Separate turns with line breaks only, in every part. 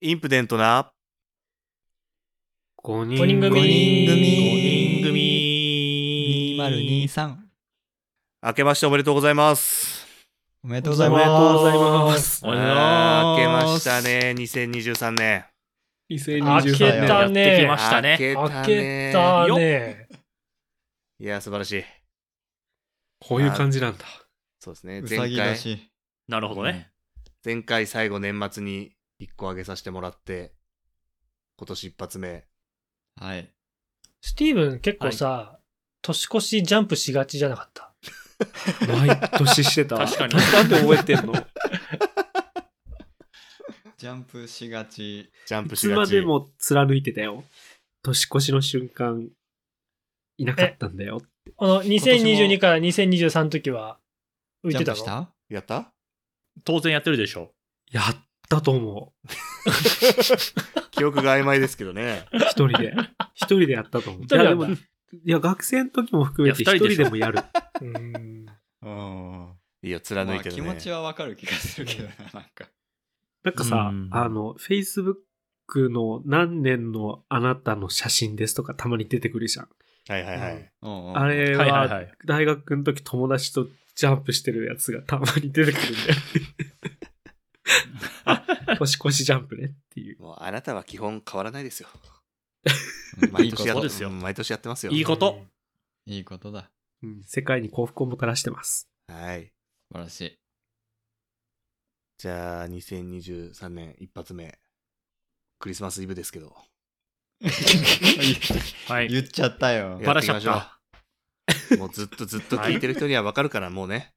インプデントな
5
五人
人
組
組
五人
組
2023
明けましておめでとうございます
おめでとうございます
す
おめでとうござい
あー明けましたね2023年
開
2023
け
年や
た
っ
ね
てきましたね。
明けた
開
ね
けたね。
いや素晴らしい
こういう感じなんだ。
そうですね
うさ
前
ぎだ
回
し
なるほどね。
前回最後年末に1個上げさせてもらって今年一発目
はい
スティーブン結構さ、年越しジャンプしがちじゃなかった。
毎年してた。
確か に
なんで覚えてん の
ジャンプしがち
ジャンプ
い
し
つ
が
ま
ち
でも貫いてたよ。年越しの瞬間、いなかったんだよ。
この
今年
2022
も
から2023の時は浮い
ジャ
てた
ンプ
の
した
やった
当然やってるでしょ。
やったと思う。
記憶が曖昧ですけどね
一人で。一人でやったと思う。
一人
い
な
や、
んだ
でも、いや、学生の時も含めて
い
一
や二人
人
でしょ
でもやる。
うーん
うん
いいよ貫いてるね、
まあ気持ちはわかる気がするけどななんか
なんかさ
うん、
あの、Facebook の何年のあなたの写真ですとかたまに出てくるじゃん。
はいはいはい、
うん
うんうん
あれ
はいはいは。
はい大学の時友達とジャンプしてるやつがたまに出てくるんだよ。 あ年越しジャンプねっていう。
もうあなたは基本変わらないですよ
うんい
毎
いこ
年や
と
っ
そ
て
うですよ
毎年やってますよ
いいこと。
いいことだ
うん世界に幸福をもたらしてます。
はい
素晴らしい
じゃあ、2023年一発目。クリスマスイブですけど。
は い。
言っちゃったよ
バラしちゃっ
やっていきましょ
た。
う。 もうずっとずっと聞いてる人にはわかるから、もうね。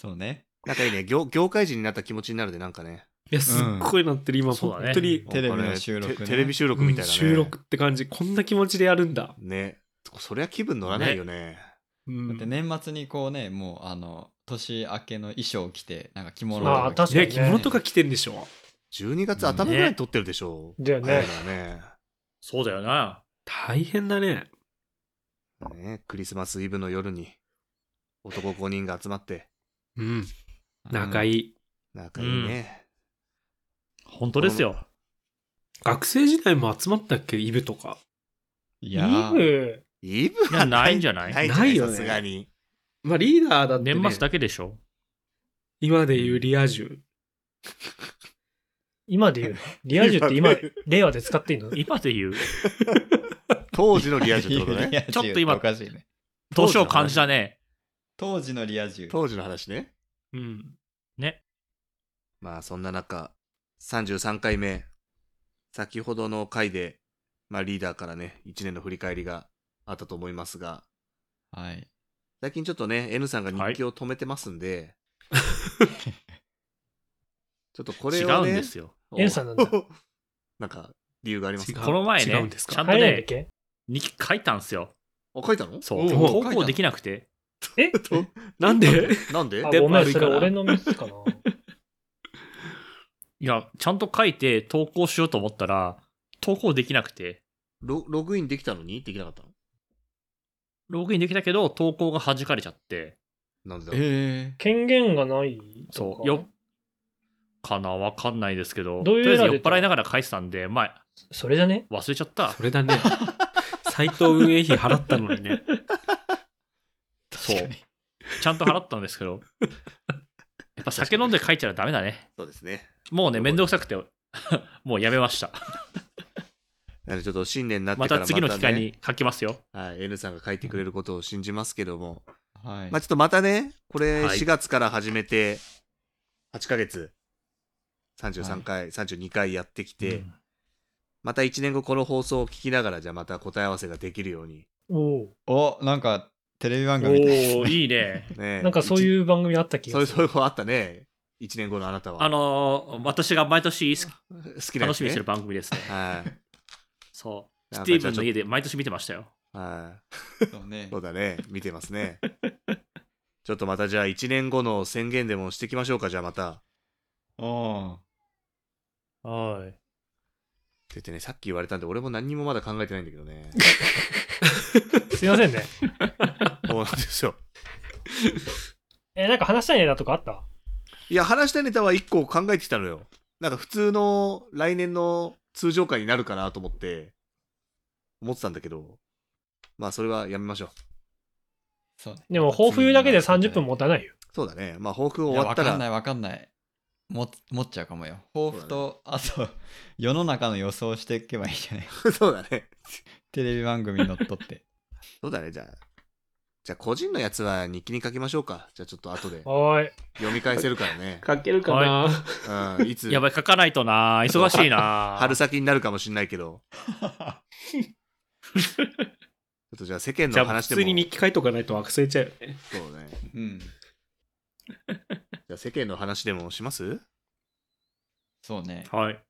そうね
なんかいいね業、業界人になった気持ちになるで、なんかね。
いや、すっごいなってる、今、
そうだね
本当に、
テレビの収録ね
テテレビ収録みたいなね。
収録って感じ。こんな気持ちでやるんだ。
ね。そりゃ気分乗らないよね。
うん
だって年末にこうねもうあの年明けの衣装を着てなんか着物
ああ
とか着て
ね、
確
着
かにね
物とか着てんでしょ
12月頭ぐらいに撮ってるでしょ。
だよ
早
ね
い。から
そうだよな。
大変だね。
ねね。クリスマスイブの夜に、男5人が集まって、
うん。仲いい。
仲いいね。
本当ですよ。
学生時代も集まったっけイブとか。
い
イ
やー
ブ、
イブ
いやないんじゃない
ないじゃな
ない
い
よ
さ
ね
すがに。
まあ、リーダーだって、ね、
年末だけでしょ。
今で言うリア充。
今で言うの。リア充って今、令和で使っていい の
今で言う。
当時のリア充ってこと ね。
リア充
ちょっと今
おかしいね
年を感じだね。
当時のリア充
当時の話ね。
うん。
ね。
まあそんな中、33回目、先ほどの回で、まあリーダーからね、1年の振り返りがあったと思いますが、
はい
最近ちょっとね、N さんが日記を止めてますんで、ちょっとこ
違
れ
う
を
ん
ね
で、すよ。
エンさんなんだ。
なんか理由があります
違
か
う
この前
違う
ね、
んですか
ちゃんと
入れないんだっ
ね、
け
日記書いたんすよ。
あ、書いたの
そう。で
おう
も
書
投
いた
稿できなくて。
え
なんで
なんで
あ、
電
ご
波
め
悪
ん、
い
そ
か
れ
ら
俺のミスかな。
いや、ちゃんと書いて投稿しようと思ったら、投稿できなくて。
ロログインできたのにできなかったの
ログインできたけど、投稿が弾かれちゃって。
なんでだろう
え
権限がないと
そ
か
う。よ、かなわかんないですけど。
どういう
とりあえ
エラ
ず
ー
酔
出
った払いながら書いてたんで、まあ、
それじゃね
忘れちゃっ た
そ。れだね。 サイト運営費払ったのにね。
そう。ちゃんと払ったんですけ ど。やっぱ酒飲んで書いちゃダメだね。
そうですね。
もうね、めんどくさくて、 もうやめました。
なのでちょっと新年になって
ま
からま
た
た、ね、
次の機会に書きますよ。
はい、N さんが書いてくれることを信じますけども、
はい
まあちょっとまたね、これ
はい
4月から始めて、8ヶ月、33回、32回やってきて、
うん
また1年後この放送を聞きながら、じゃあまた答え合わせができるように。
おお
おなんかテレビ番
お
組みたい
ー、 いいね。
ね
ー。なんかそう
う。
いう番組あった気
そうい
が
う、
す
そうい
る
う。のあったね。1年後のあなたは。
あのー私が毎年
好きなや
楽
つ
しみ
ね
にしてる番組ですね。
はい。
そう。
な
ス
んか
テ
じゃあ
ィーブンの家で毎年見てましたよ。
はい。
なそうね
そうだね。見てますね。ちょっとまたじゃあ1年後の宣言でもしていきましょうか、じゃあまた。
お
はい。
って言ってね、さっき言われたんで、俺も何にもまだ考えてないんだけど ね。
すいませんね。
そうなんですよ。
え、なんか話したいネタとかあった
いや、話したいネタは1個考えてきたのよ。なんか普通の来年の通常会になるかなと思って、思ってたんだけど、まあそれはやめましょう。
そうね
でも、抱負言うだけで30分持
た
たないよ。
そうだね。まあ抱負
終
終
わ
わ
っ
ったた
ら。わ
ら
かんない、わかんない。も持っちゃうかもよ。抱負と、あと、 世の中の予想していけばいいんじゃない
そうだね。
テレビ番組に乗っとって。
そうだね、じゃあ。じゃあ個人のやつは日記に書きましょうか。じゃあちょっと後で
おーい。
読み返せるからね。
書けるかな、
うん、いつ
やばい、書かないとな忙しい な
春先になるかもしんないけど。ちょっとじゃあ世間
じゃ
の
あ、
話で
普
も。
通に日記書いとかないと忘れちゃうよね。
そうね。
うん。
じゃあ世間の話でもします
そうね。
はい。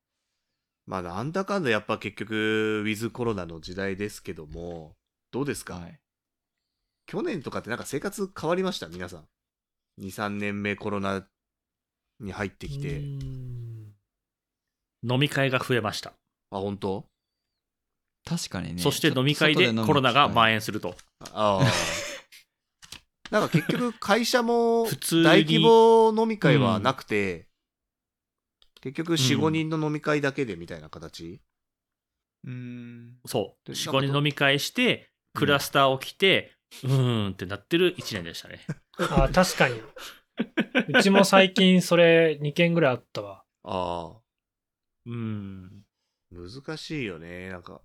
まあなんだかんだやっぱ結局、ウィズコロナの時代ですけども、どうですか、
はい。
去年とかってなんか生活変わりました皆さん。2、3年目コロナに入ってき
う
て。
ーん
飲み会が増えました。
あ、本当
確かにね。
そして飲み会でコロナが蔓延すると。
ああー。なんか結局会社も
普通に
大規模飲み会はなくて、結局4、5
うん
人の飲み会だけでみたいな形。
うーん。
そう。
で
4、5人飲み会して、
うん
クラスター起きて、うーんってなってる1年でし たね。
あー、確かに。うちも最近それ2件ぐらいあったわ。
ああ。
うーん。
難しいよねなんか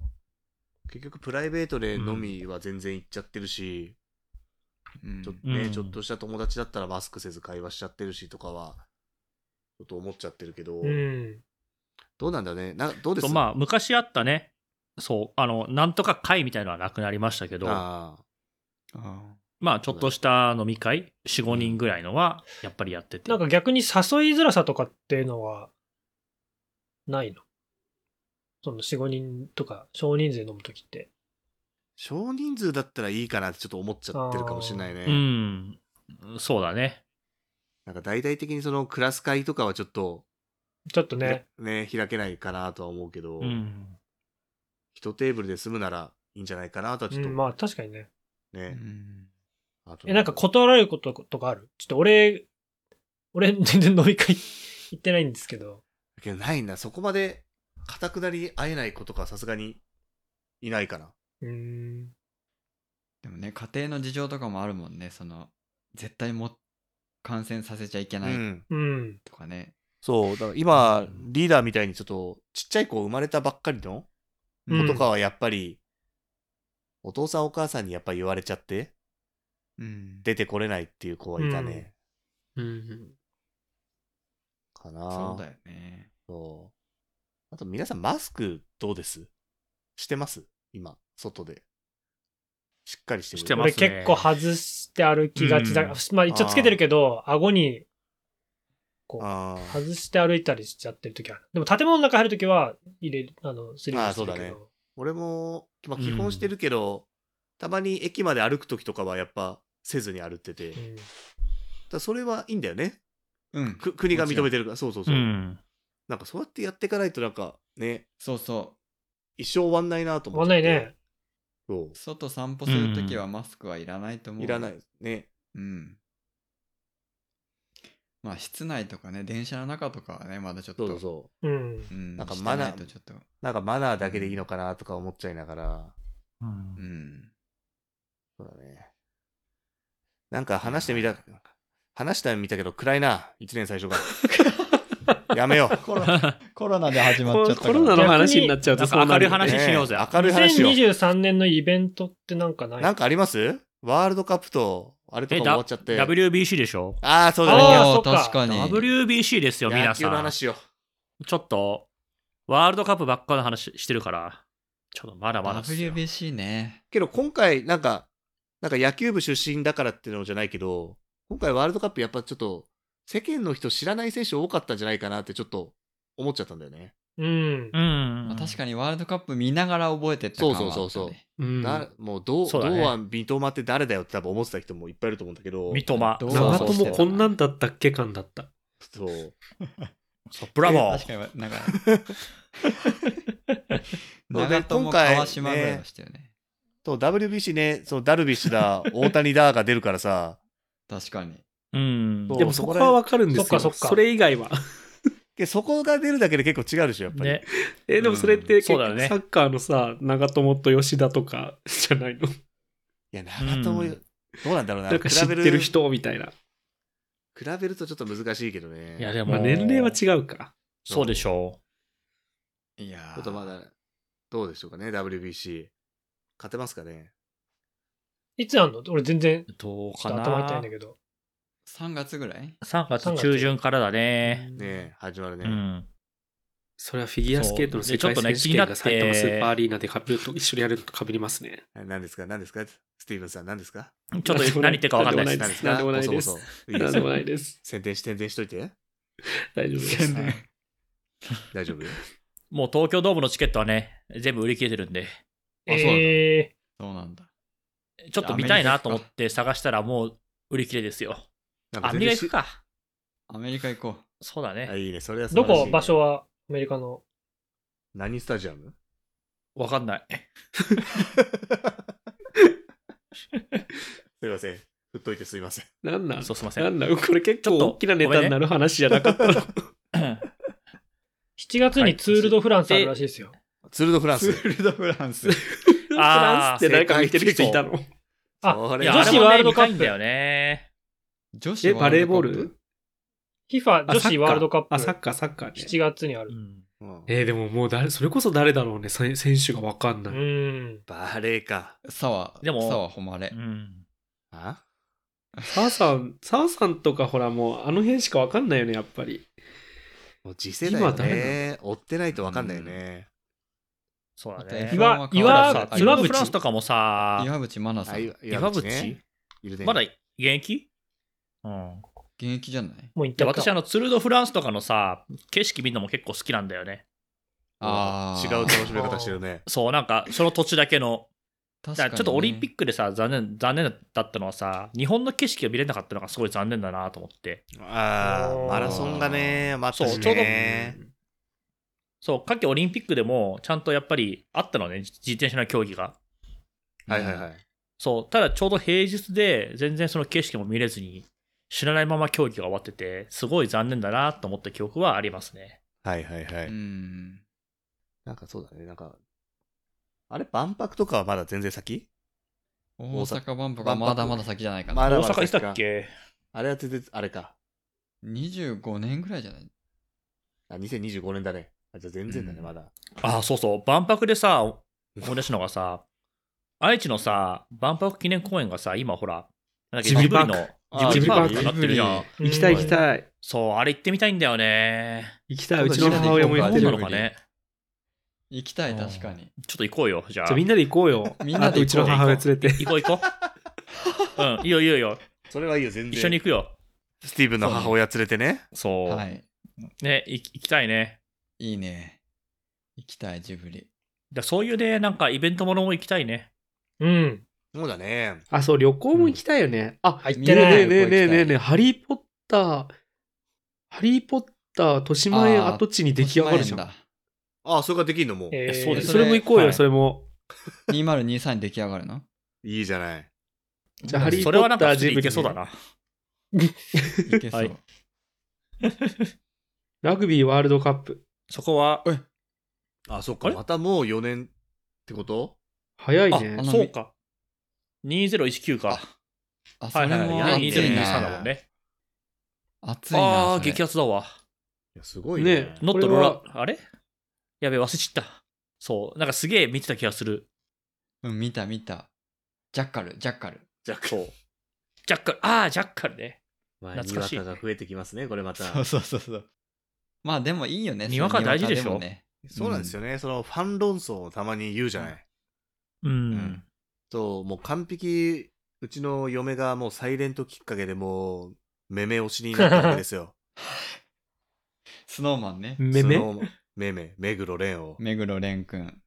結局プライベートで飲みは全然行っちゃってるし、
うん
ちょっとね、
うん
ちょっとした友達だったらマスクせず会話しちゃってるしとかはちょっと思っちゃってるけど、
うん。
どうなんだろうねなどうです
とまあ、昔あったね、そう、あの、なんとか会みたいのはなくなりましたけど、
ああ
あ
まあ、ちょっとした飲み会、4、5人ぐらいのは、やっぱりやってて。
なんか逆に誘いづらさとかっていうのは、ないのその4、5人とか少人数で飲むときって。
少人数だったらいいかなってちょっと思っちゃってるかもしれないね、
うん、そうだね。
なんか大々的にそのクラス会とかはちょっと
ちょっとね。
ね開けないかなとは思うけど、
うん。
一テーブルで済むならいいんじゃないかなとはちょっ
う
と、
ん、まあ確かにね。
う
ね、
ん。
あと
え、なんか断られることとかあるちょっと俺、俺全然飲み会行ってないんですけど。
けどないんだそこまでかたくなり会えない子とかさすがにいないかな
うーん。
でもね、家庭の事情とかもあるもんね。その、絶対も感染させちゃいけない
ん
うん。
とかね。
そうだから今リーダーみたいにちょっとちっちゃい子生まれたばっかりの
う
子
ん
とかはやっぱり、お父さんお母さんにやっぱ言われちゃって
うん。
出てこれないっていう子はいたね、
うん。
かな
そうだよね。
そうあと皆さんマスクどうですしてます今外でしっかりしてる
してま
俺
すね
結構外して歩きがちだ、
うん
まあ一応つけてるけど、顎にこう
あー
外して歩いたりしちゃってる時ある。でも建物の中入る時は入れる、あの、すり
あー
するけど。
そうだね俺も、まあ、基本してるけど、たまに駅まで歩く時とかはやっぱせずに歩ってて、だからそれはいいんだよね
うん。
く国が認めてるからそうそう
う
そう、
ん。
なんかそうやってやっていかないとなんかね
そうそう。
一生終わんないなと
うん。
思
も
っ
う
て
ないね。
そう
外散歩するときはマスクはいらないと思う。
いらない。ね
うん。まあ、室内とかね、電車の中とかはね、まだちょっ
そ
と。
うそうそう
うん。
うん。
なんか
して
マナー
ないとちょっと。
なんかマナーだけでいいのかなとか思っちゃいながら
うん
うん。
そうだねなんか話してみた話してみたけど暗いな1年最初からやめよう
コロコロナで始まっちゃった
コ
から。
ロナの話になっちゃう
な
と
んか明る
よ
い
ね
話しようぜ。
ね明るい話を
2023年のイベントってなんかない
なんかありますワールドカップとあれとか
え、
も終わ
だ
っちゃって、
WBC でしょ
ああそうだ
あ
ね
ー
お
そ
ー
っか
確かに。
?WBC ですよ、皆
野球
さ
の
ん
話。しよう
ちょっと、ワールドカップばっかの話してるから、ちょっとまだまだっすよ。
WBC ね。
けど今回なんか、なんか野球部出身だからっていうのじゃないけど、今回ワールドカップやっぱちょっと世間の人知らない選手多かったんじゃないかなってちょっと思っちゃったんだよね。
うん
う。ん。
まあ、確かにワールドカップ見ながら覚えてった感はあった、ね、
そうそうそうそう
うん。
だもうどう、
そうだね
堂安、三笘って誰だよって多分思ってた人もいっぱいいると思うんだけど、
三笘。
どう
長
そうそう
友こんなんだったっけ感だった。
そう。
そうブラボ
確
ー。
か に、なんか。
そう
長友、
今回
川島ぐらいはしたよね。
と WBC ね、そのダルビッシュだ、大谷だが出るからさ、
確かに。
うん。
そう
でもそこはわかるんですよ。
そっかそっか
れ以外は。
けどそこが出るだけで結構違うでしょ、やっぱり。
ね。
え、でもそれって結
うんそうだよ
局
ね
サッカーのさ、長友と吉田とか じゃないの
いや、長友、
うん
どうなんだろうな。
なんか知ってる人みたいな。
比べる。比べるとちょっと難しいけどね。
いや、でも、
まあ年齢は違うか。
そうでしょ
いやー
ちょっとまだ、どうでしょうかね、WBC。勝てますかね。
いつあんの俺全然、
う。どう
ちょ
か
っと
な
頭痛いんだけど。
3月ぐらい
3月中旬からだね。
ねえ、始まるね。
うん。
それはフィギュアスケートの世
そ
界
うでちょっと
選
ね
手権
気にな
が
って
埼玉スーパーアリーナで被ると一緒にやると被りますね。
何ですか何ですかスティーブンさん何ですか
ちょっと何言ってるか分かんない
な
で
ん
す。
でも
何
な
ですかボ
いでもないです
ソボソいい
な
で
ん
す
で
よ
もないです。
宣伝し、宣伝しといて。
大丈夫です。
大丈夫
もう東京ドームのチケットはね、全部売り切れてるんで、
あそうなんだ
え
そうなんだ。
ちょっと見たいなと思って探したらもう売り切れですよ。
なん
ア
全
メ
然
リカ行
し
くか。
アメリカ行こ
そうだ
あ、
ね。
いいね。それは
ー
素晴
ど
らしい
こ場所はアメリカの。
何スタジアム
わかんない。
すいません。振っといてすいません。
なんなん
そうすいませ。
なんんなんこれ結構
ちょっと
大きなネタになる話じゃなかったの。
7月にツールドフランスあるらしいですよ。
ツール・ド・フラ
う。
ン
ツ
ス。
ール・ド・フランス。
フランスって誰か見てる人いたの
あ
そ
い
れ
や、
は
あ
女子
れも
ワー
ね、
ルド
見
カ
たい
ッ
ん
プ
だよね。
女子
え、
ワ
バレー
ド
ボ
カ
ー
ップ
ル
FIFA
あ
女子ワールドカップ
あ、サッカー、サッカー
7
ね。
月にある。
うん
えーでももう誰、それこそ誰だろうね、せ選手がわかん
う
ない。
ん。
バレーか。
沢、
でも
沢誉れ
う。ん。
あ
澤さん、澤さんとかほらもうあの辺しかわかんないよね、やっぱり。
もう次世代
今
は
は誰
ね、追ってないと分かんないよね。
そうだ
ま
ね
た。
岩
F1 は変わらず
さ
岩
あツール
岩
ド
渕
フランスとかもさ、
岩渕真奈さ
あ
ん。
い
現
岩
ね
渕
いるね。
まだ現役うん。
役じゃない
もう行った
で私、あの、ツール・ド・フランスとかのさ、景色見るのも結構好きなんだよね。
あ
違
ー
う楽しみ方してるね。
そう、なんか、その土地だけの。
確
だからちょっとオリンピ
ク。
ックでさ、残念、残念だったのはさ、日本の景色が見れなかったのがすごい残念だなと思って。
ああ、マラソンがね、また
そうちょうど
ね。
そう、夏季オリンピックでも、ちゃんとやっぱりあったのね、自自転車の競技が。
はいはいはい。
そう、ただちょうど平日で、全然その景色も見れずに、知らないまま競技が終わってて、すごい残念だなと思った記憶はありますね。
はいはいは
う
い。
ん。
なんかそうだね、なんか。あれ、万博とかはまだ全然先
大阪
万
万博
博
はまだまだ先じゃないか
まだ
な。
大
まだ
阪行っ
先か
たっけ
あれは全然、あれか。
25年ぐらいじゃない
あ、2025年だね。あじゃあ全然だね、
うん
まだ。
ああ、そうそう、万博でさ、思い出したのがさ、愛知のさ、万博記念公園がさ、今ほら、なんだっけ
ジブリパーク
の、
あー
ジブリパーク
ジ
に
ブリ
なってるじゃん。
うん
行きたい行きたい。
そう、あれ行ってみたいんだよね。
行きたい。
今度
うちの母親も行っ
ど
て
う
る
な
よ
の。かね。
行きた
う
い、
ん
確かに。
ちょっと行こうよ、じゃあ。
じゃあみんなで行こうよ。
みんな
あ
で
とう
行
ち
こう
の母親連れて。
行こう行こう。うん、いいよいいよいいよ。
それはいいよ、全然。
一緒に行くよ。
スティーブンの母親連れてね。
そう。
はい。
ね、い行きたいね。
いいね。行きたい、ジブリ。
だそういうね、なんかイベントものも行きたいね。
うん。
そうだね。
あ、そう、旅行も行きたいよね。あ、
入っ
みん
て
な
ね
な
えね
い
で
えねえねえねえねえ、
旅行行きたい
ハリーポッター、ハリーポッター、豊島園跡地に出来上がるじゃん。
豊
ああ、それができんのもう。
えー
そう
え
です
それも行こうよ、
はい
それも。
島園だ2023に出来上がるの
いいじゃない。
じゃあ、ハリー・ポ
それはな
ッ
ん
タ
か
ー、
普通
ジ
に
ブリ
行け
ね
そうだな。
いけそ
は
う
い。
ラグビーワールドカップ。
そこは、
あ、そっ
あ
か。
れ
またもう4年ってこと
早い
あ
ね、。
そうか。2019か。
あ、そ
は
れ
いはい
も
はい。
暑い
2023だ
な。
もんね。
暑いな。
ああ、
それ
激アツだわ。
いや、すごいね
ね。
ノット
これ
ロ
は
ーラ、あれやべえ、忘れちった。そう、なんかすげえ見てた気がする。
うん、見た見た。ジャッカル、ジャッカル。
ジャック。
そう。ジャッカル、ああ、ジャッカルね。
まあ、に
懐
わ
かしい
かが増えてきますね、これまた。
そうそうそうそう。まあでもいいよね。
にわか大事でしょ
にわかもね
そうなんですよね。そのファン論争をたまに言うじゃない。
うん。
ん
そう、もう完璧、うちの嫁がもうサイレントきっかけでもう、めめ推しになったわけです よ。
スノーマンね。
め
そ
め
のめめ、目黒蓮を。
目黒蓮くん。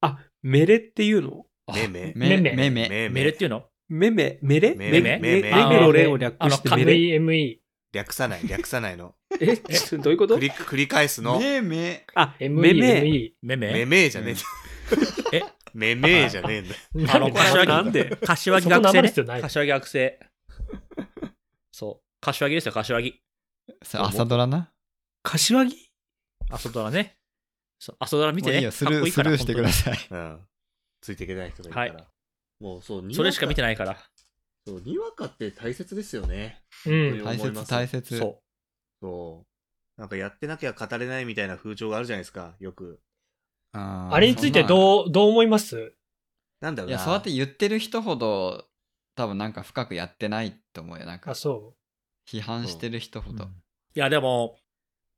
あ、めれっていうの
めめ。
め
めめ
めめ。
メレっていうの
めめ、めれ
め
め
め
め
め
め
め
め
あー
のれを略して
あの
めれ。
?VME。
略さない、略さないの。
え、 ちょっとどういうこと
繰り繰り返すの。
めめ。
あ、めめ。
ME。
メメ
めめじゃねえ。
え
めめじゃねえんだ。
ME。
あの
なんで
なんで
柏木
そこ名
学生
前
ね
必要ない。
柏木学生。そう。柏木ですよ、柏木。
それ朝ドラな。
柏木
朝ドラね。そう朝ドラ見て
もう
ね。
いいよ、ス
か
ル
っこ
ー、
いい
ス
から
ルーしてくだ
本
さい。
うん。ついていけない人がいるから。
は
もうそう、
当にそれしか見て
い。
ないから。
そう、にわかって大切ですよね。
う
い
ん。
や
大
思いま
切、
す
大切。
そ
そう。なんかやってなきゃ語れないみたいな風潮があるじゃないですか、よく。
あー
あれについてどう、どう思います
なんだろ
いう
な。
や、そうやって言ってる人ほど、多分なんか深くやってないと思うよ。なんか
あ、、そ
批判してる人ほ
う。
ど。
いや、でも、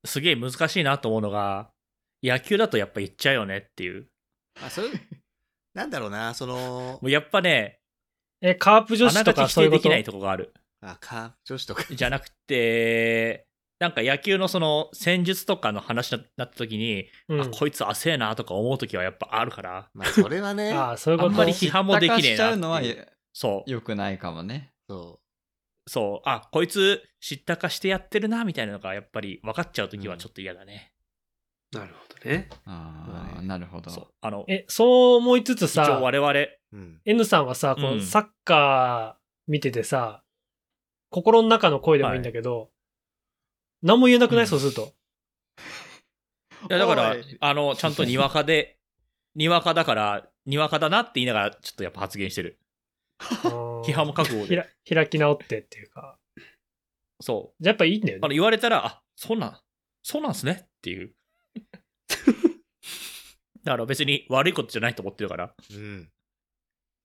すげえ難しいなと思うのが、野球だとやっぱ言っちゃうよねっていう。
あそういう なんだろうな、その
も、うやっぱね、
う。え、カープ女
あ
子
な
とか
がち否
そうい
定
うこ
で
と
きないとこがある。
あ、か、女子とか。
じゃなくて、なんか野球のその戦術とかの話になった時に、
うん
あ、こいつ汗えなとか思う時はやっぱあるから、
まあ、それはね、
あそういう
あ
こ
ん
と
まり批判もできねえなってい
知
う
ったかしちゃうのはよ
そう、
よくないかもね。
そ
そう、あ、こいつ知ったかしてやってるなみたいなのがやっぱり分かっちゃう時はちょっと嫌だね。
なるほどね。
ああ、
はい
なるほ
そう
ど。、
あの、
え、そう思いつつ
一応
さ、
我々、
う。うん。
N さんはさ、こ
う
うんサッカー見ててさ、心の中の声でもいいんだけど、何も言えなくない、
うん
そうすると。
いやだから
おい、
あの、ちゃんとにわかで、にわかだから、にわかだなって言いながら、ちょっとやっぱ発言してる。批
批
判も覚悟
ひ
で。
ら開き直ってっていうか、
そ
じゃあやっぱいいんだよ
う。
ね。
あの、言われたら、あ、そうなん、そうなんすねっていう。だから別に悪いことじゃないと思ってるから。
うん。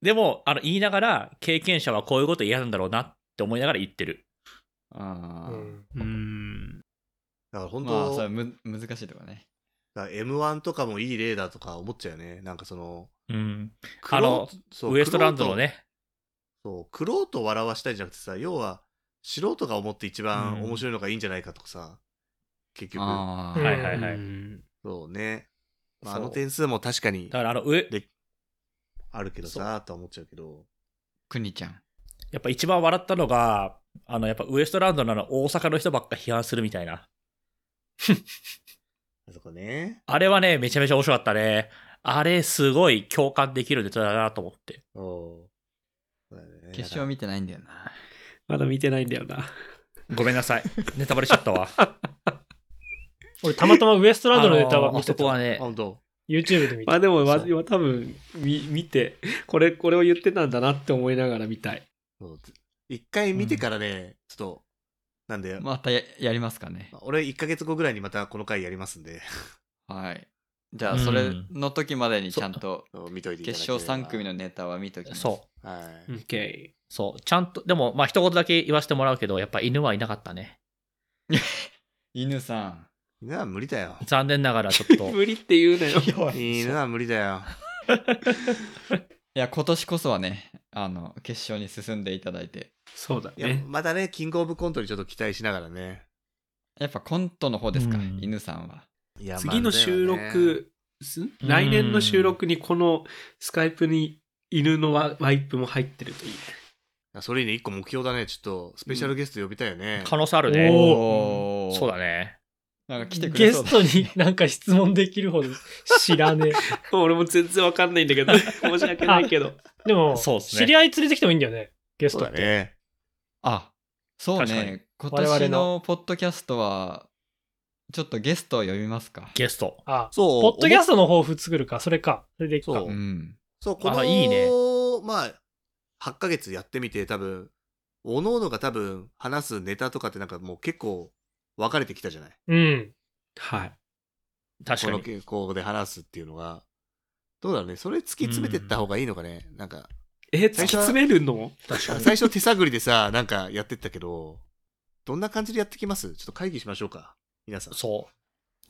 でも、あの、言いながら、経験者はこういうこと嫌なんだろうなって思いながら言ってる。
ああ。
うん
うん。
だから本当、
まあ、それはむ難しいとかね。
だから M1 とかもいい例だとか思っちゃうよね。なんかその、
うん。
クロそう
ウエストランドの。ね。
玄人そう、クロと笑わしたいんじゃなくてさ、要は、素人が思って一番面白いのがいいんじゃないかとかさ、結局、
ああ、
うん
はいはいはい。
うん
そうね。まあ、あ
そう
の点数も確かに
だから、あの、上、
あるけどさ、とは思っちゃうけど。
くにちゃん。
やっぱ一番笑ったのが、あの、やっぱウエストランドなの大阪の人ばっか批判するみたいな。
あそこね。
あれはね、めちゃめちゃ面白かったね。あれ、すごい共感できるネタだなと思って。
おうそうだね。
決勝見てないんだよな。
まだ見てないんだよな。
ごめんなさい。ネタバレしちゃったわ。
俺たまたまウエストランドのネタは
あのー
見
あ
て
そ
た。
こは
あ
ね、
本当。
YouTube で見
まあ
た。
でも、わ
そ
多分み見て、これ、これを言ってたんだなって思いながら見たい。
そうず一回見てからね、ちょっと、なんで、
またややりますかね。
俺1ヶ月後ぐらいにまたこの回やりますんで、
はい。じゃあ、
うん
それの時までにちゃんと
そう見といていただけ
決
れば
勝3組のネタは見ときます。
そう。
はい。
OK。
そう。ちゃんと、でも、まあ、一言だけ言わせてもらうけど、やっぱ犬はいなかったね。
犬さん。
犬は無理だよ。
残念ながら、ちょっ と。
無理って言うなよ。
犬は無理だよ。
いや、今年こそはね、あの、決勝に進んでいただいて。
そうだ
いや、
ね。
またね、キングオブコントにちょっと期待しながらね。
やっぱコントの方ですか、
うん
犬さんは。
いや
次の収。
まあだよね
録、す来年の収録にこのスカイプに犬のワワイプも入ってるといいね。
あそれに1個目標だね。ちょっと、スペシャルゲスト呼びたいよね。
可能性ある
お
ね。
お
そうだ
ね。
ね。
なんか来てく
ゲ
れそう
ス
だ
トになんか質問できるほど知らねえ。
俺も全然わかんないんだけど、申し訳ないけど。
でも、
そうっすね
知り合い連れてきてもいいんだよね、ゲス
そう
ト
だ
って。
ね。
あ、そう
確かに
ね。今
我々
年
の
のポッドキャストは、ちょっとゲストを呼びますか。
ゲスト。
あ、
そう。
ポッドキャ
ス
ストの抱負作るか、それか。それでいく
そ
か
う
う。ん。
そう、この、
あいいね
まあ、8ヶ月やってみて、多分、おののが多分、話すネタとかってなんかもう結構、分かれてきたじゃない
うん。
はい。
確
こ
か
の
に。
傾向で話すっていうのが。どうだろうね。それ突き詰めてった方がいいのかね。なんか、
え、突き詰めるの
確かに。
最初手探りでさ、なんかやってったけど、どんな感じでやってきますちょっと会議しましょうか。皆さん。
そ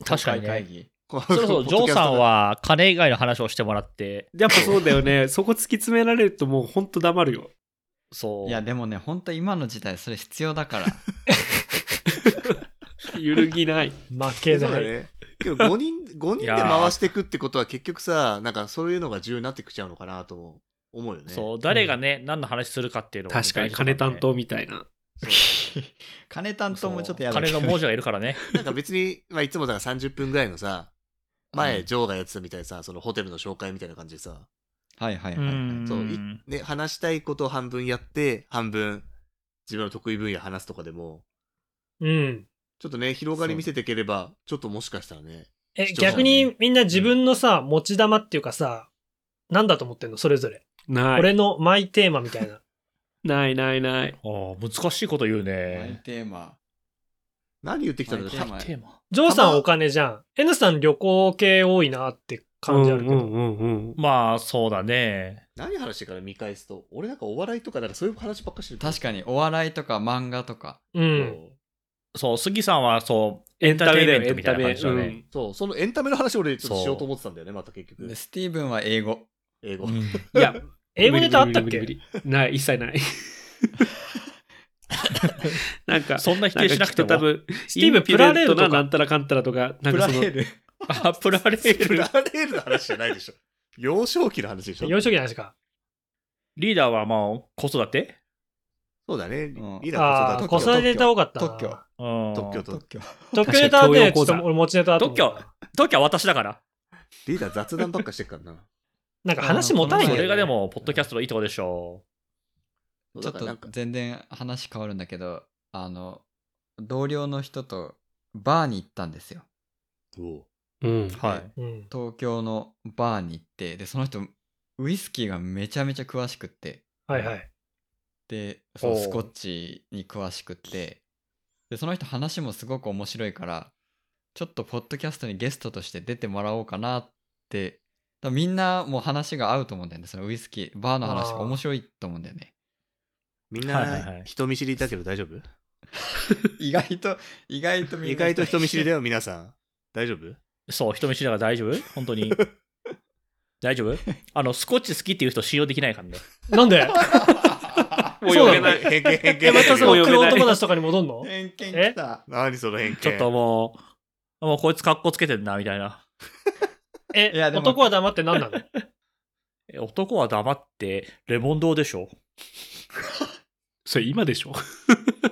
う。確かに
公開会
ね。
議。
こ
そろそ ろ、ジョーさん。は、金以外の話をしてもらって、
やっぱそうだよね。そこ突き詰められるともうほんと黙るよ。
そう。
いや、でもね、本当今の時代、それ必要だ から。
揺るぎない。
負
ポッ
け
ドキャストだ
ない。
ねそうだね。けど5人、 五人で
いやー
回していくってことは結局さ、なんかそういうのが重要になってきちゃうのかなとも思うよね。
そう、誰がね、何の話するかっていうのが大
確
事
か
だら
に
ね、
金担当みたいな。
金担当もちょっとやだけ
金
ど
の文字がいるからね。
なんか別に、まあいつもだから30分ぐらいのさ、前、
うん
ジョーがやってたみたいなさ、そのホテルの紹介みたいな感じでさ、
はいはいはいはい。
そう
う
い
ん
ね、話したいことを半分やって、半分自分の得意分野話すとかでも、
うん。
ちょっとね、広がり見せていければ、ちょっともしかしたらね。
え、
視聴者
逆にみんな自分のさ、持ち玉っていうかさ、なんだと思ってんのそれぞれ。
ない。
俺のマイテーマみたいな。
ないないない。
ああ、難しいこと言う
マイ
ね。
テーマ。
何言ってきたんだろう
はいマイ
テーマ。
ジョーさんお金じゃん。N さん旅行系多いなって感じあるけど。
うんうんうんうん。
まあ、そうだね。
何話してから見返すと、俺なんかお笑いとか、なんかそういう話ばっかりしてる。
確かに、お笑いとか漫画とか。
うん。
そう、杉さんはそう、
エ
エ
ン
ン
タ
タ
メ
ー
だよ
テインメントみたいな感じだ
エンタメ
ね。
そう、そのエンタメの話を俺ちょっとしようと思ってたんだよね、また結局
で。スティーブンは英語。
英語。
いや、
英語ネタあったっ
無理無
け
理無理無理無理ない、一切ない。なんか、
そんな否定しなくて
んかきっと多
も。
分、
スティーブ
インピュレントななんたらかんたらとか、なん
プ
か
ラ
そ
レー
の、
ル。
あ、 プラレー
プ
ル
ラ。レールの話じゃないでしょ。幼少期の話でしょ。
幼少期の話か。
リーダーはまあ、子育て
そうだね。
ん
リーダ
ああ
ー
ー、子
子育
育て
て
ネタ多かったな。
特許。
うん
特許。特許と
特許。
特許ネタ
確か
で、
に教養
ちょ
講
っ
座
と俺持ちネタだと思うな
特特許は私だから。
リーダー雑談ばっかしてるからな。
なんか話持た
そ
ないんだよ、ね。
れがでも、ポッドキャストのいいとこでしょ
ちょ
だ
っ
からなん
と
か、
全然話変わるんだけど、あの、同僚の人とバーに行ったんですよ。
おう
うん。
う。はい。
うん。
東京のバーに行って、で、その人、ウイスキーがめちゃめちゃ詳しくって、
はいはい。
で、その
おう
スコッチに詳しくって、で、その人話もすごく面白いから、ちょっとポッドキャストにゲストとして出てもらおうかなって、だからみんなもう話が合うと思うんだよね。そのウイスキー、バーの話
あー
が面白いと思うんだよね。
みん
はいはいは
ない人見知りだけど大丈夫
意外と、意外とみんな
意外と人見知りだ よ、皆さん。大丈夫
そう、人見知りだから大丈夫本当 に。大丈夫あの、スコッチ好きっていう人信用できないからね。
なん で
もう
そ
呼
うな
べ
の
ない。
偏見、偏
え、
見。
またそ
もう
の
呼べ
ク
ない
オ友達とかに戻んの
偏見
え
きた。
何その偏見。
ちょっともう、もうこいつ格好つけてんな、みたいな。
え
いやでも
男は黙って何なの
え男は黙って、レモン堂でしょ
それ今でしょ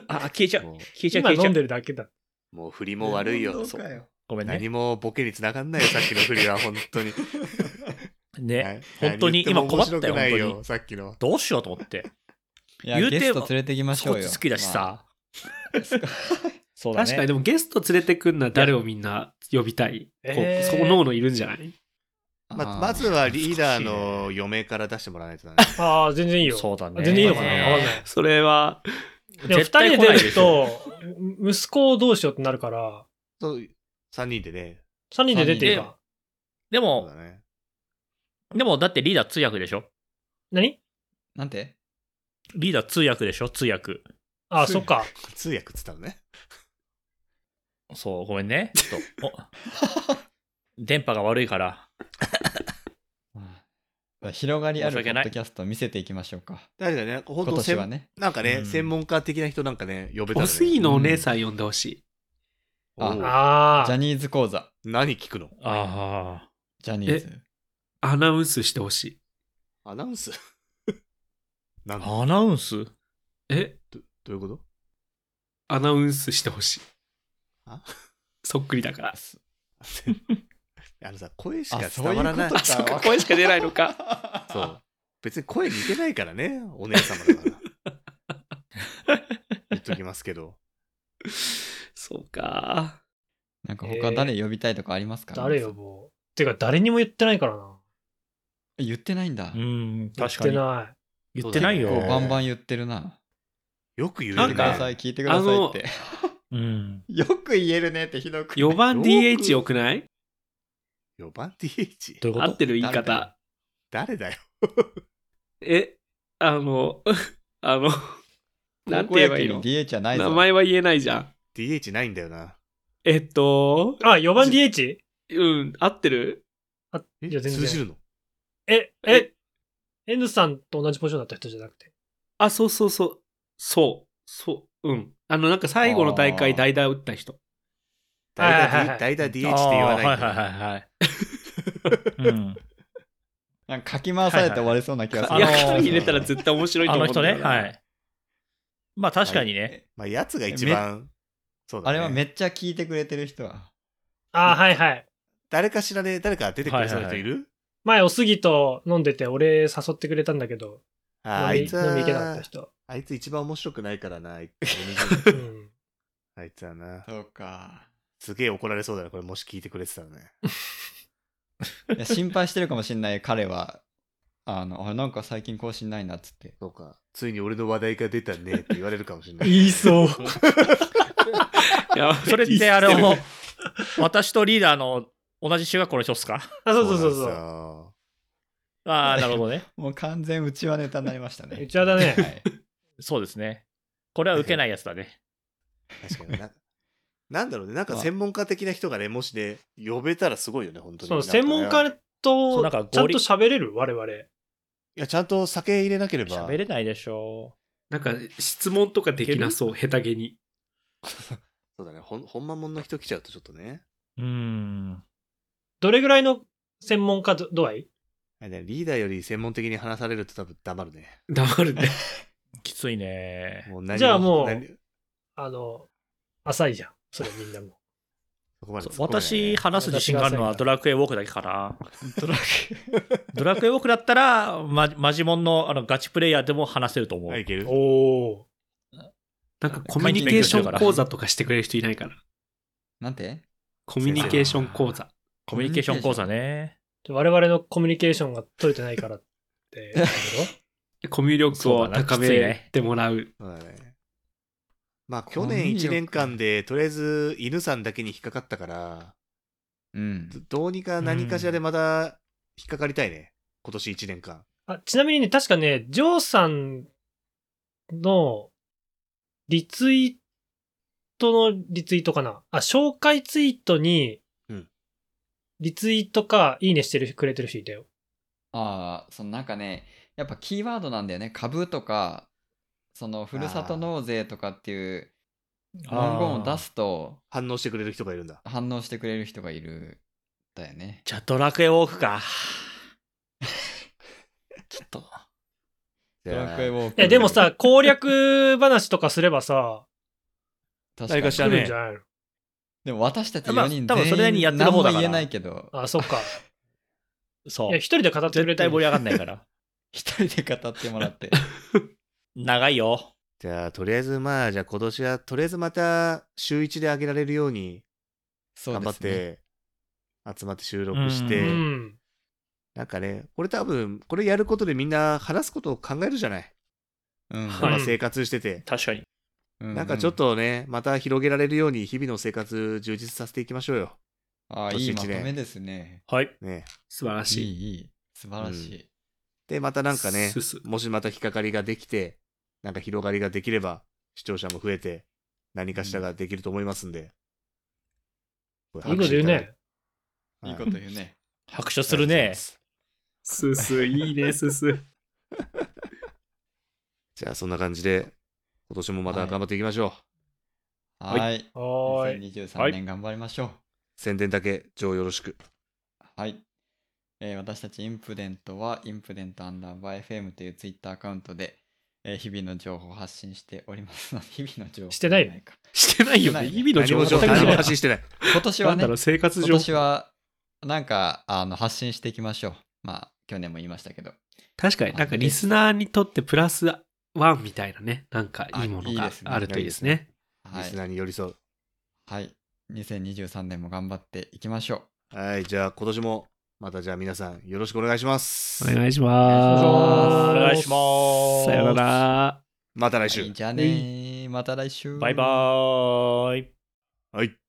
あ、消えちゃう。
も
消えちゃう、
今
消えち
飲
ゃ
ん
う。
でるだけだ。
もう振りも悪いよ。
そうかよ
ごめんね
何。もボケにつながんないよ、さっきの振りは、本当に。
ね。
ね
本当に今困ったよ本当
さっきの。
どうしようと思って。
いや
言うて
ゲスト連れてきま
ス
し
コ
ょう
ッ
よ。
チ好きだしさ。 そうだね。
確かに、でもゲスト連れてくんなら誰をみんな呼びたい。こ
えー
うそこのおのいるんじゃない
まあ。
ま
あー
まずはリーダーの嫁から出してもらわないとだね。
ああ、全然いいよ。
そうだね。
あ全然いいのかな
ね
わかんない。
それは、
でも二
絶対
人で
来ない
出
で
る
しょ
と、息子をどうしようってなるから、
そう、3人でね。
三人で出ていいか。
で
そう
も
だ、ね。
でもだってリーダー通訳でしょ
何
なんて
リーダー通訳でしょ通訳。
ああ、
通
そっか。
通訳っつったのね。
そう、ごめんね。ちょっと。お電波が悪いから。
広がりあ
申し
るポ
訳
ッ
ない
ドキャスト見せていきましょうか。
誰だね。本
今
当
年
専
はね。
なんか
う
ね、
ん
専門家的な人なんかね、呼べた
お
ら
すぎ
ね。
のお姉さん呼んでほしい。
おう
あ
ジャ
あ、
ニーズ講座。
何聞くの
ああ。
ジャニーズ。
アナウンスしてほしい。
アナウンス なんだ
アナウンス
え
どどういうこと
アナウンスしてほしい
あ。
そっくりだから。
あのさ、声しか
あ
伝わらない。
そういうこと
あ、そっか、声しか出ないのか。
そう。別に声似てないからね、お姉様だから。言っときますけど。
そうか。
なんか他誰呼びたいとかありますか、
誰呼ぼう。てか、誰にも言ってないからな。
言ってないんだ
う。ん、確か
言って
に。
な
言ってないよ。
そうだね
バンバン言ってるな。
よく言う
聞
よね。
いてください、聞いてくださいって。
うん。
よく言えるねってひどくない。
4番
よく
DH よくない
4番 DH?
どういう
合っ
こと
てる言い
誰だよ
方。
誰だよ。
え、あの、 あの、なんて
高校
言え
野
ばいい
球に
の
DH じゃないぞ。
名前は言えないじゃん。
DH ないんだよな。
えっと、
い。あ、4番 DH?
うん、合ってる
え
いや全然
通じるの
え、え、N さんと同じポジションだった人じゃなくて。
あ、そうそうそう。そう、そう、うん。あの、なんか最後の大
あ
会
ー
代打打った人。
代打 D-
はいはいはい
代打 DH って言わないんだよ
あーはいはいはいはい。うん。
なんかかき回されて終わりそうな気がす
あ
る。
の
い
ー
や、入れたら絶対面白いと
あ
思う
の
ん
人
だ
ね。
よな
はい。まあ確かにね。
まあ、やつが一番、そうだ
あ
ね。
れはめっちゃ聞いてくれてる人は。
ああ、はいはい。
誰かしらね、誰か出てくださる人いる、
前、おすぎと飲んでて、俺誘ってくれたんだけど、
あーあ
飲み
いつは
飲み行けなかった人。
あいつ一番面白くないからな。あいつ
うん。
ああいつはな。
そうか。
すげえ怒られそうだね、これもし聞いてくれてたらね。
いや心配してるかもしんない彼は、あの、あなんか最近更新ないなっつって。
そうか。ついに俺の話題が出たねって言われるかもしれ ない。
言いそう。いや
それってあれも、私とリーダーの同じ中学校の人っすか
あ、そうそうそう
なん
そう。
さ
ああ、 なるほどね。
もう完全うちはネタになりましたね。
うちわだね
はい。
そうですね。これは受けないやつだ ね。
確かにな。 なんだろうね、なんか専門家的な人がね、もしね、呼べたらすごいよね、本当に。
そう、
なんかね
専門家
そう
と
なんかゴリ
ちゃんと喋れる我々。
いや、ちゃんと酒入れなければ。
喋れないでしょ
なんか質問とかできなそう、下手げに。
そうだね、ほん、ほんまもんの人来ちゃうとちょっとね。
う。うーん。
どれぐらいの専門家度合い
あれだよリーダーより専門的に話されると多分黙るね。
黙るね。
きついね。
もう何
じゃあもう
何
あの、浅いじゃん。それみん なも。
そこまで突っ込めないね
私、話す自信があるのはドラクエウォークだけかな。ドラクエ。ドラクエウォークだったら、ま、マジモンのあのガチプレイヤーでも話せると思う。
あいける
おお
なんかコミュニケーション講座とかしてくれる人いないから。
なんて
コミュニケーション講座。
コミュニケーション講座。ね。
ー。我々のコミュニケーションが取れてないから って。
コミュ力を高めてもらう。
そうだね。まあ、去年1年間で、とりあえず犬さんだけに引っかかったから、
うん。
どどうにか何かしらでまた引っかかりたいね。今年1年間。
あちなみにね、確かね、ジョーさんのリツイートのリツイートかな。あ、紹介ツイートに
うん、
リツイートか、いいねしてるくれてる人いたよ。
ああ、そのなんかね、やっぱキーワードなんだよね。株とか、そのふるさと納税とかっていう文言を出すと
反応してくれる人がいるんだ。
反応してくれる人がいるんだよね。
じゃあドラクエウォークか。ちょっと。
ドラクエウォーク。
え、でも、さ、攻略話とかすればさ、
確
誰かし
から
来
に。
るんじゃないの
でも私たち
まあ
4人
多分それなりにやってる方だか
何も
ら
言えないけど、
あ、そっか。
そ
いうや、一。人で語ってくれ
絶
て
対盛り
る。
上がんないから。
一人で語ってもらって。
長いよ。
じゃあ、とりあえずまあ、じゃあ今年は、とりあえずまた週1で上げられるように
そう
頑張っ
ですね。
て、集まって収録して、
う
うん。
なんかね、これ多分、これやることでみんな話すことを考えるじゃない。
うん
はい
まあ生活してて。
確かに。
なんかちょっ、とね、また広げられるように日々の生活充実させていきましょうよ。
うああ、いいまとめですね。
はい。
ね。
素晴ら
いい、
しい。
いい。素晴らしい。
で、またなんかね
す、す
もしまた引っかかりができて、なんか広がりができれば、視聴者も増えて、何かしらができると思いますんで。こ
い
れ
いこと言うね。。
いい
拍手ただ
こ
て
と言う ね。
拍手するね。。
すす、いいね、すす。
じゃあそんな感じで、今年もまた頑張っていきましょう。
い
はい。
はーい。
は
2023
い
年頑張りましょう。
宣伝だけ、上よろしく。
はい。えー私たちインプデントは、インプデントアンダーバー FM というツイッターアカウントで、えー日々の情報を発信しておりますので、 日々の情報
してないよ
か。
してないよね。
してないね
意味の
何
情報
も情報
全く
何も
ない
発信してない。
今年
な
は
ん
ね
だろう、、生活
今
情
年
報。
は、なんか、あの、発信していきましょう。まあ、去年も言いましたけど。
確かになんかリスナーにとってプラスワンみたいなね、なんかいいもの
あいい
が
ですね
あるといいですね。
リ
は
ス
い。
ナーに寄り添う。
はい。2023年も頑張っていきましょう。
はい、じゃあ今年も、またじゃあ皆さんよろしくお願いします。
お願いします。
お願いし
す。
ます。
さよな。ら。
また来
は
週
い、。じゃあねーまた来週。
バイバーイ。
はい。